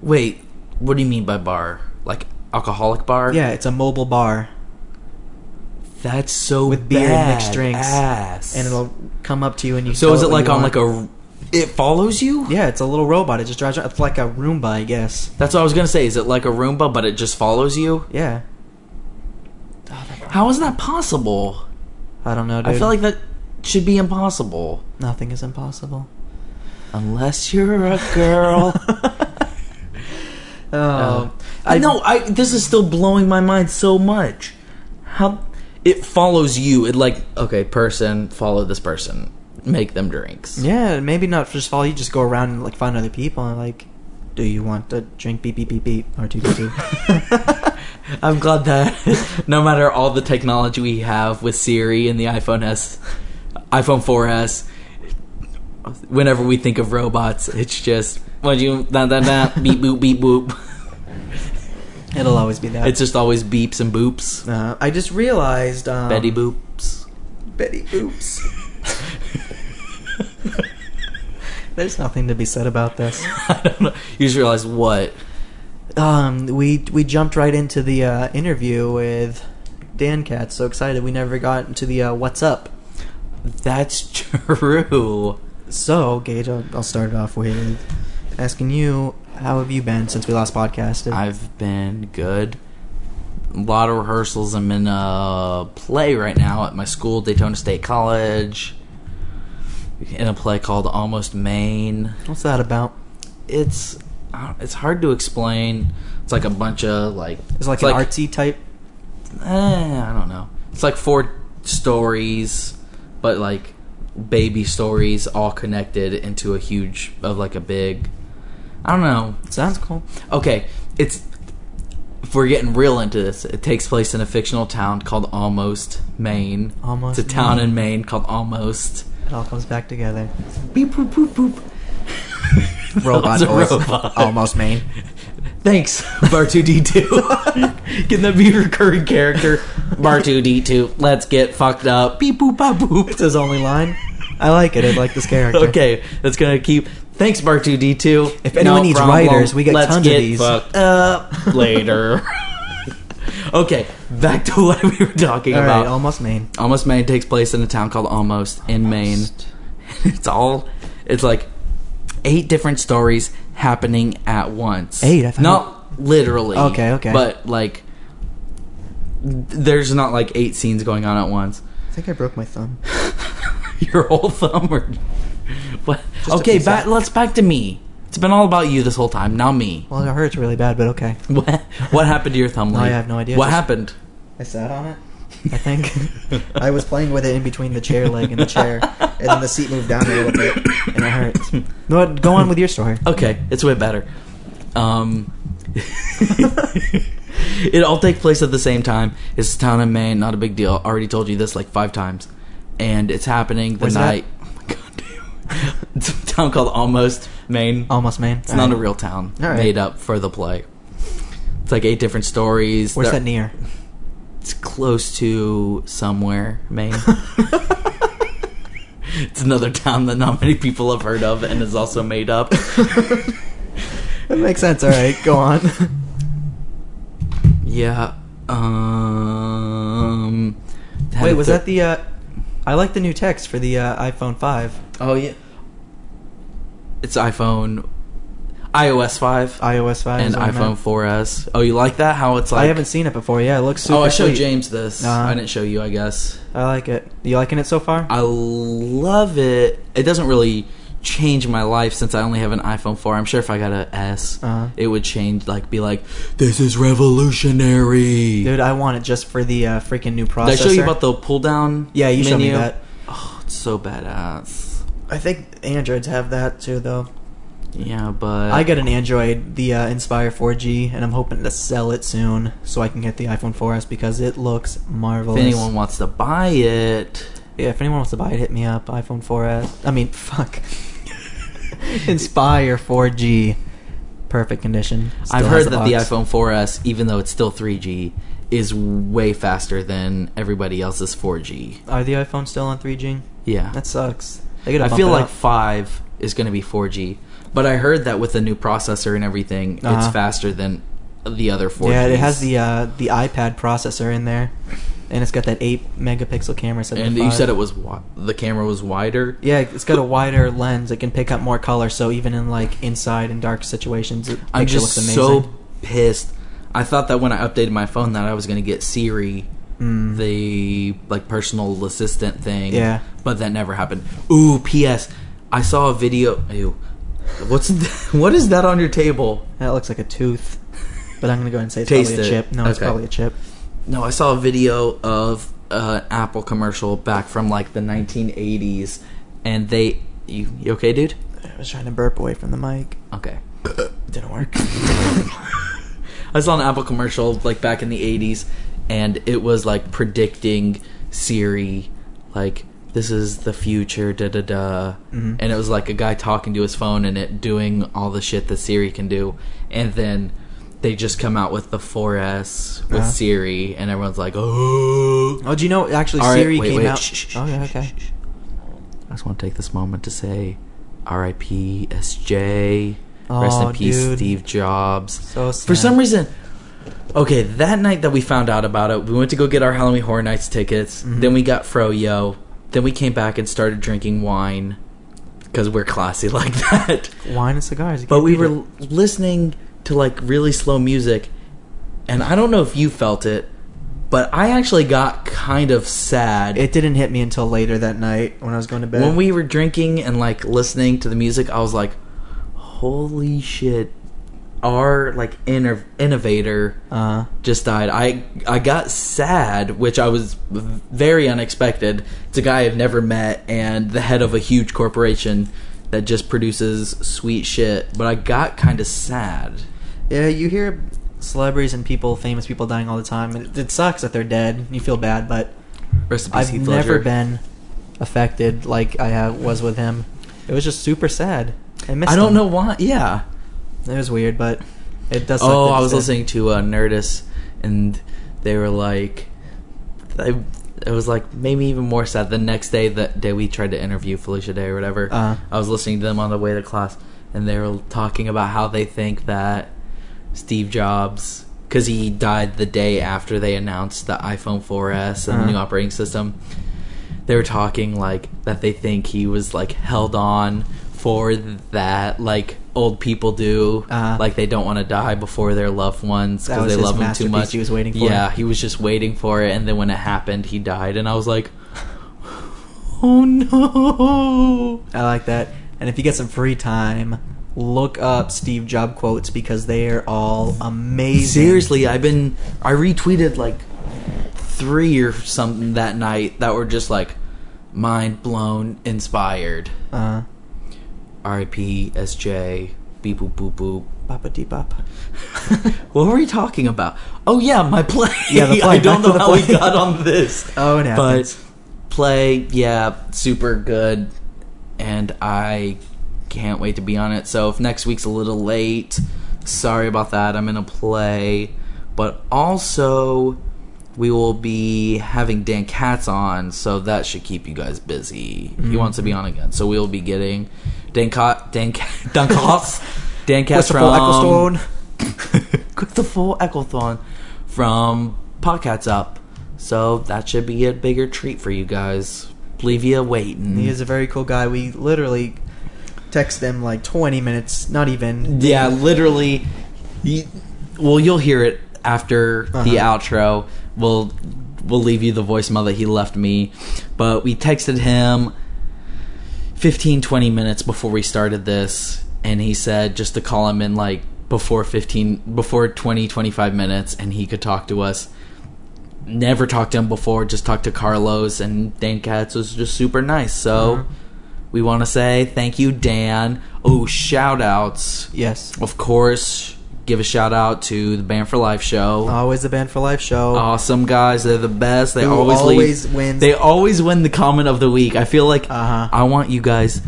Speaker 1: Wait, what do you mean by bar? Like alcoholic bar?
Speaker 2: Yeah, it's a mobile bar,
Speaker 1: That's so
Speaker 2: With beer and mixed
Speaker 1: badass.
Speaker 2: drinks. and it'll come up to you and you.
Speaker 1: So
Speaker 2: tell
Speaker 1: is it
Speaker 2: what
Speaker 1: like
Speaker 2: you
Speaker 1: on
Speaker 2: want.
Speaker 1: like a? It follows you.
Speaker 2: Yeah, it's a little robot. It just drives. around. It's like a Roomba, I guess.
Speaker 1: That's what I was gonna say. Is it like a Roomba, but it just follows you?
Speaker 2: Yeah,
Speaker 1: How is that possible?
Speaker 2: I don't know. Dude.
Speaker 1: I feel like that should be impossible.
Speaker 2: nothing is impossible.
Speaker 1: Unless you're a girl. Uh,
Speaker 2: Oh,
Speaker 1: I know. I this is still blowing my mind so much. How it follows you? It like okay, person follow this person, make them drinks.
Speaker 2: Yeah, maybe not just follow you. Just go around and like find other people and like, do you want to drink? Beep beep beep beep. Or two two two.
Speaker 1: I'm glad that no matter all the technology we have with Siri and the iPhone S, iPhone 4S, whenever we think of robots, it's just Would you da da da beep boop beep boop?
Speaker 2: It'll always be that.
Speaker 1: It's just always beeps and boops.
Speaker 2: uh, I just realized um,
Speaker 1: Betty boops.
Speaker 2: Betty Oops. There's nothing to be said about this.
Speaker 1: I don't know. You just realize what?
Speaker 2: Um, we we jumped right into the uh, interview with Dan Cat. So excited! We never got into the uh, what's up.
Speaker 1: That's true.
Speaker 2: So Gage, I'll, I'll start it off with asking you, how have you been since we last podcasted?
Speaker 1: I've been good. A lot of rehearsals. I'm in a play right now at my school, Daytona State College, in a play called Almost Maine.
Speaker 2: What's that about?
Speaker 1: It's I don't- it's hard to explain. It's like a bunch of like
Speaker 2: It's like an artsy type.
Speaker 1: eh, I don't know. It's like four stories, but like baby stories all connected into a huge of like a big. I don't know.
Speaker 2: Sounds cool.
Speaker 1: Okay, it's if we're getting real into this. It takes place in a fictional town called Almost, Maine.
Speaker 2: Almost,
Speaker 1: it's a town
Speaker 2: Maine.
Speaker 1: in Maine called Almost.
Speaker 2: It all comes back together.
Speaker 1: Beep boop boop boop. That was a robot.
Speaker 2: Almost main.
Speaker 1: Thanks, Bar two D two. Can that be a recurring character? Bar two D two. Let's get fucked up. Beep boop bop boop.
Speaker 2: It's his only line. I like it. I like this character.
Speaker 1: Okay, that's gonna keep. Thanks, Bar two D two.
Speaker 2: If anyone needs writers, we got
Speaker 1: Let's
Speaker 2: tons of
Speaker 1: get
Speaker 2: these. Uh,
Speaker 1: Fucked up later. okay, back to what we were talking
Speaker 2: All
Speaker 1: about.
Speaker 2: right, almost main.
Speaker 1: Almost Maine takes place in a town called Almost in Maine. It's all it's like eight different stories happening at once.
Speaker 2: Eight, I thought-
Speaker 1: not literally.
Speaker 2: Okay, okay.
Speaker 1: But like there's not like eight scenes going on at once.
Speaker 2: I think I broke my thumb.
Speaker 1: Your whole thumb or what?
Speaker 2: a
Speaker 1: okay,
Speaker 2: piece
Speaker 1: back
Speaker 2: out.
Speaker 1: let's back to me. It's been all about you this whole time, now me.
Speaker 2: Well, it hurts really bad, but okay.
Speaker 1: What what happened to your thumb?
Speaker 2: I
Speaker 1: Lee?
Speaker 2: have no idea.
Speaker 1: What
Speaker 2: Just-
Speaker 1: happened?
Speaker 2: I sat on it. I think I was playing with it in between the chair leg and the chair, and then the seat moved down a little bit, and it hurts. No, what- go on with your story.
Speaker 1: Okay, it's way better. Um, it all takes place at the same time. It's a town in Maine, not a big deal. I already told you this like five times, and it's happening the
Speaker 2: Where's that?
Speaker 1: night. Oh my god, damn. It's a town called Almost Maine.
Speaker 2: Almost man.
Speaker 1: it's not a real town
Speaker 2: All right.
Speaker 1: made up for the play. It's like eight different stories.
Speaker 2: Where's
Speaker 1: They're-
Speaker 2: that near?
Speaker 1: It's close to somewhere Maine. it's another town that not many people have heard of, and is also made up.
Speaker 2: That makes sense. All right, go on.
Speaker 1: Yeah. Um. had
Speaker 2: Wait,
Speaker 1: a
Speaker 2: was
Speaker 1: thir-
Speaker 2: that the? Uh, I like the new text for the uh, iPhone five,
Speaker 1: Oh yeah. It's iPhone, iOS five,
Speaker 2: iOS five,
Speaker 1: and
Speaker 2: is what I
Speaker 1: iPhone
Speaker 2: meant.
Speaker 1: 4S. Oh, you like that? How it's like?
Speaker 2: I haven't seen it before. Yeah, it looks super.
Speaker 1: Oh, I showed
Speaker 2: sweet.
Speaker 1: James this.
Speaker 2: Uh-huh.
Speaker 1: I didn't show you. I guess
Speaker 2: I like it. You liking it so far?
Speaker 1: I love it. It doesn't really change my life since I only have an iPhone four. I'm sure if I got a S,
Speaker 2: Uh-huh.
Speaker 1: it would change. Like, be like, this is revolutionary.
Speaker 2: Dude, I want it just for the uh, freaking new processor.
Speaker 1: Did I show you about the pull down?
Speaker 2: Yeah, you
Speaker 1: menu?
Speaker 2: showed me that.
Speaker 1: Oh, it's so badass.
Speaker 2: I think Androids have that too, though.
Speaker 1: Yeah, but
Speaker 2: I got an Android, the uh, Inspire 4G, and I'm hoping to sell it soon so I can get the iPhone 4S because it looks
Speaker 1: if
Speaker 2: marvelous.
Speaker 1: anyone wants to buy it,
Speaker 2: yeah, if anyone wants to buy it, hit me up. iPhone 4S. I mean, fuck. Inspire 4G, perfect condition. Still
Speaker 1: I've
Speaker 2: has
Speaker 1: heard that the
Speaker 2: box.
Speaker 1: iPhone 4S, even though it's still 3G, is way faster than everybody else's 4G.
Speaker 2: Are the iPhones still on 3G?
Speaker 1: Yeah,
Speaker 2: That sucks. They gotta
Speaker 1: I
Speaker 2: bump
Speaker 1: feel
Speaker 2: it
Speaker 1: like
Speaker 2: up.
Speaker 1: five is going to be 4G, but I heard that with the new processor and everything,
Speaker 2: Uh-huh.
Speaker 1: it's faster than the other 4G.
Speaker 2: yeah, it has the uh, the iPad processor in there, and it's got that eight megapixel camera.
Speaker 1: and you said it was wi- the camera was wider.
Speaker 2: Yeah, it's got a wider lens. It can pick up more color, so even in like inside and dark situations, it
Speaker 1: I'm
Speaker 2: picture
Speaker 1: just
Speaker 2: looks amazing.
Speaker 1: so pissed. I thought that when I updated my phone that I was going to get Siri, the like personal assistant thing.
Speaker 2: Mm. Yeah.
Speaker 1: but that never happened. Ooh, P.S. I saw a video. Ew, what's th- what is that on your table?
Speaker 2: that looks like a tooth, but I'm gonna go ahead and say it's
Speaker 1: Taste
Speaker 2: probably a
Speaker 1: it.
Speaker 2: chip. No, it's
Speaker 1: Okay.
Speaker 2: probably a chip.
Speaker 1: No, I saw a video of uh, an Apple commercial back from like the 1980s, and they. You, you okay, dude?
Speaker 2: I was trying to burp away from the mic.
Speaker 1: Okay.
Speaker 2: Didn't work.
Speaker 1: I saw an Apple commercial like back in the '80s, and it was like predicting Siri, like this is the future, da da da. And it was like a guy talking to his phone and it doing all the shit that Siri can do. And then they just come out with the 4S with
Speaker 2: Uh-huh.
Speaker 1: Siri, and everyone's like, oh.
Speaker 2: Oh, do you know actually
Speaker 1: All right,
Speaker 2: Siri
Speaker 1: wait,
Speaker 2: came
Speaker 1: wait,
Speaker 2: out?
Speaker 1: shh, shh,
Speaker 2: oh yeah,
Speaker 1: shh,
Speaker 2: okay.
Speaker 1: I just want to take this moment to say RIP SJ. Rest
Speaker 2: Oh,
Speaker 1: in peace,
Speaker 2: dude.
Speaker 1: Steve Jobs.
Speaker 2: So sad.
Speaker 1: For some reason, okay, that night that we found out about it, we went to go get our Halloween Horror Nights tickets. Then we got Froyo. Then we came back and started drinking wine because we're classy like that.
Speaker 2: wine and cigars. you
Speaker 1: But
Speaker 2: can't
Speaker 1: we
Speaker 2: beat
Speaker 1: were
Speaker 2: it.
Speaker 1: listening to like really slow music, and I don't know if you felt it, but I actually got kind of sad.
Speaker 2: It didn't hit me until later that night when I was going to bed.
Speaker 1: when we were drinking and like listening to the music, I was like, "Holy shit!" Our like inner innovator
Speaker 2: uh,
Speaker 1: just died. I I got sad, which I was very unexpected. It's a guy I've never met and the head of a huge corporation that just produces sweet shit. But I got kind of sad.
Speaker 2: yeah, you hear celebrities and people, famous people, dying all the time, and it, it sucks that they're dead. You feel bad, but
Speaker 1: Rest in peace,
Speaker 2: I've
Speaker 1: Heath
Speaker 2: never
Speaker 1: Ledger.
Speaker 2: been affected like I have, was with him. It was just super sad. I missed.
Speaker 1: I don't
Speaker 2: him.
Speaker 1: know why. Yeah.
Speaker 2: It was weird, but it does. Suck
Speaker 1: Oh,
Speaker 2: that
Speaker 1: I
Speaker 2: he's
Speaker 1: was
Speaker 2: dead.
Speaker 1: listening to uh, Nerdist, and they were like, I, it was like maybe even more sad. The next day, that day we tried to interview Felicia Day or whatever,
Speaker 2: Uh-huh.
Speaker 1: I was listening to them on the way to class, and they were talking about how they think that Steve Jobs, because he died the day after they announced the iPhone 4S and the new
Speaker 2: Uh-huh.
Speaker 1: operating system, they were talking like that they think he was like held on for that like old people do
Speaker 2: Uh-huh.
Speaker 1: like they don't want to die before their loved ones
Speaker 2: That
Speaker 1: because
Speaker 2: was
Speaker 1: they
Speaker 2: his
Speaker 1: love him too
Speaker 2: masterpiece
Speaker 1: much
Speaker 2: he was waiting for.
Speaker 1: yeah he was just waiting for it and then when it happened he died and i was like oh no
Speaker 2: I like that. And if you get some free time, look up Steve Jobs quotes because they are all amazing.
Speaker 1: seriously i've been i retweeted like three or something that night that were just like mind blown inspired
Speaker 2: Uh,
Speaker 1: rip sj beep boop boop boop
Speaker 2: Papa Deep Up.
Speaker 1: what were we talking about? Oh yeah, my play.
Speaker 2: Yeah, the play.
Speaker 1: I
Speaker 2: Back
Speaker 1: don't
Speaker 2: to
Speaker 1: know
Speaker 2: the
Speaker 1: how we
Speaker 2: play.
Speaker 1: got on this.
Speaker 2: Oh, it happens.
Speaker 1: But play, yeah, super good, and I can't wait to be on it. So if next week's a little late, sorry about that. I'm in a play, but also we will be having Dan Katz on, so that should keep you guys busy.
Speaker 2: Mm-hmm.
Speaker 1: He wants to be on again, so we'll be getting Dan Cot Dan Ca- Dan Katz. Dan Katz
Speaker 2: Christopher
Speaker 1: from
Speaker 2: Ecclestone.
Speaker 1: Christopher Ecclethorne from Podcats Up. So that should be a bigger treat for you guys. Leave you waiting.
Speaker 2: He is a very cool guy. We literally text them like 20 minutes, not even.
Speaker 1: yeah, literally. y- Well, you'll hear it after the outro. We'll we'll leave you the voicemail that he left me, but we texted him 15 20 minutes before we started this and he said just to call him in like before 15 before 20 25 minutes and he could talk to us never talked to him before just talked to carlos and dan katz was just super nice so we want to say thank you dan oh shout outs
Speaker 2: Yes.
Speaker 1: of course give a shout out to the band for life show
Speaker 2: Always the Band for Life show.
Speaker 1: awesome guys. They're the best. They
Speaker 2: Oh. Who
Speaker 1: always
Speaker 2: always
Speaker 1: leave.
Speaker 2: wins.
Speaker 1: They always win the comment of the week. I feel like
Speaker 2: Uh-huh.
Speaker 1: I want you guys.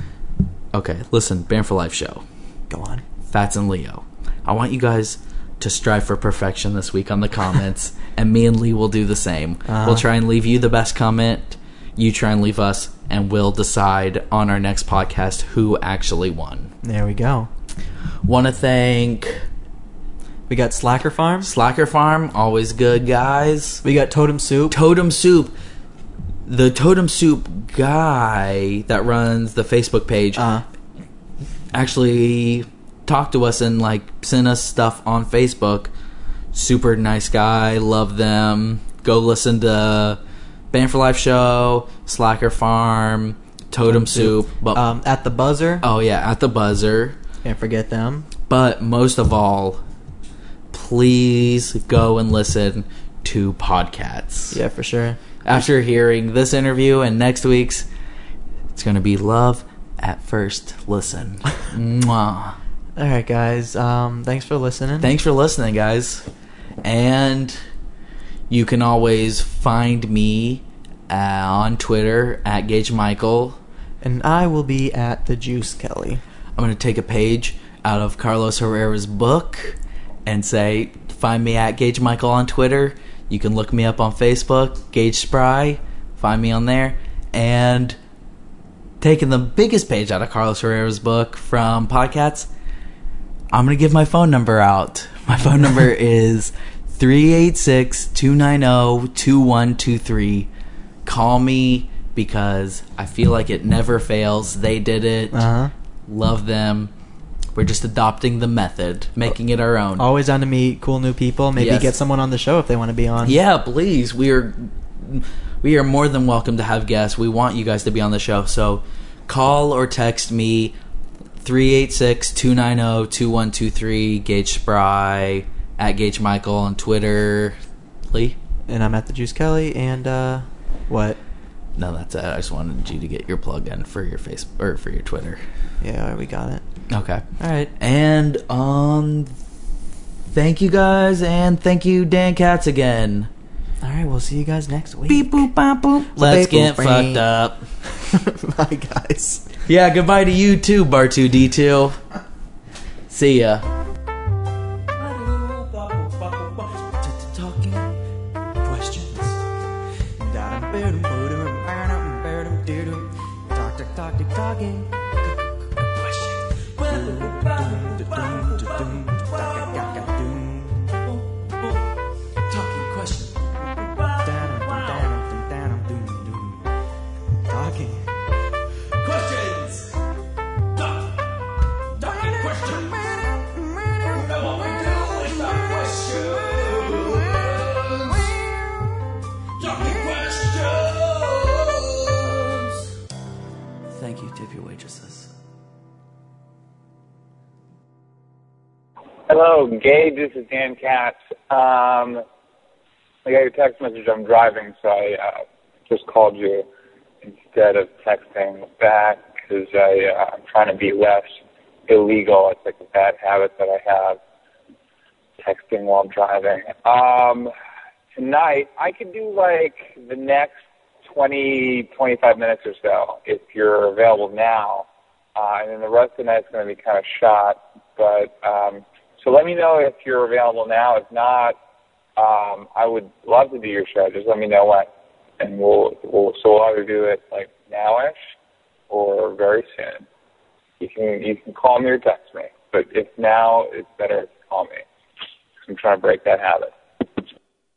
Speaker 1: Okay, listen, Band for Life show.
Speaker 2: Go on.
Speaker 1: Fats and Leo. I want you guys to strive for perfection this week on the comments, and me and Lee will do the same.
Speaker 2: Uh-huh.
Speaker 1: We'll try and leave you the best comment. You try and leave us, and we'll decide on our next podcast who actually won.
Speaker 2: There we go.
Speaker 1: Want to thank
Speaker 2: We got Slacker Farms.
Speaker 1: Slacker Farm, always good guys.
Speaker 2: We got Totem Soup.
Speaker 1: Totem Soup, the Totem Soup guy that runs the Facebook page,
Speaker 2: Uh,
Speaker 1: actually talked to us and like sent us stuff on Facebook. Super nice guy, love them. Go listen to Band for Life show, Slacker Farm, Totem Soup. But
Speaker 2: um, at the Buzzer.
Speaker 1: oh yeah, at the buzzer.
Speaker 2: Can't forget them.
Speaker 1: But most of all, please go and listen to podcasts
Speaker 2: Yeah, for sure.
Speaker 1: after hearing this interview and next week's, it's going to be love at first listen. Mwah.
Speaker 2: All right, guys. Um, thanks for listening.
Speaker 1: Thanks for listening, guys. And you can always find me uh, on Twitter at Gage Michael.
Speaker 2: And I will be at the Juice Kelly.
Speaker 1: I'm going to take a page out of Carlos Herrera's book and say, find me at Gage Michael on Twitter. You can look me up on Facebook, Gage Spry. Find me on there. And taking the biggest page out of Carlos Herrera's book from Podcats, I'm going to give my phone number out. My phone number is 386 290 2123. Call me because I feel like it never fails. They did it.
Speaker 2: Uh huh.
Speaker 1: Love them. We're just adopting the method, making it our own.
Speaker 2: Always on to meet cool new people. Maybe
Speaker 1: Yes.
Speaker 2: get someone on the show if they want to be on.
Speaker 1: Yeah, please. We are we are more than welcome to have guests. We want you guys to be on the show. So call or text me 386-290-2123 Gage Spry at Gage Michael on Twitter. Lee?
Speaker 2: And I'm at the Juice Kelly. And uh, what?
Speaker 1: No, that's it. I just wanted you to get your plug in for your face or for your Twitter.
Speaker 2: Yeah, we got it.
Speaker 1: Okay.
Speaker 2: All right.
Speaker 1: And um thank you guys and thank you Dan Katz again.
Speaker 2: All right. We'll see you guys next week.
Speaker 1: Beep boop bop boop. Let's
Speaker 2: Beep,
Speaker 1: get
Speaker 2: boop,
Speaker 1: fucked
Speaker 2: beep.
Speaker 1: up.
Speaker 2: Bye, guys.
Speaker 1: Yeah, goodbye to you too, Bar 2D2. See ya. Talking questions. Thank you, tip your waitresses.
Speaker 5: Hello, Gabe. This is Dan Katz. Um, I got your text message. I'm driving, so I uh, just called you instead of texting back because uh, I'm trying to be less illegal. It's like a bad habit that I have, texting while driving. Um, tonight, I could do like the next 20, 25 minutes or so if you're available now. Uh, and then the rest of the night's going to be kind of shot. But um, so let me know if you're available now. If not, um, I would love to do your show. Just let me know when, and we'll we'll so we'll either do it like nowish or very soon. You can you can call me or text me. But if now, it's better if you call me. I'm trying to break that habit.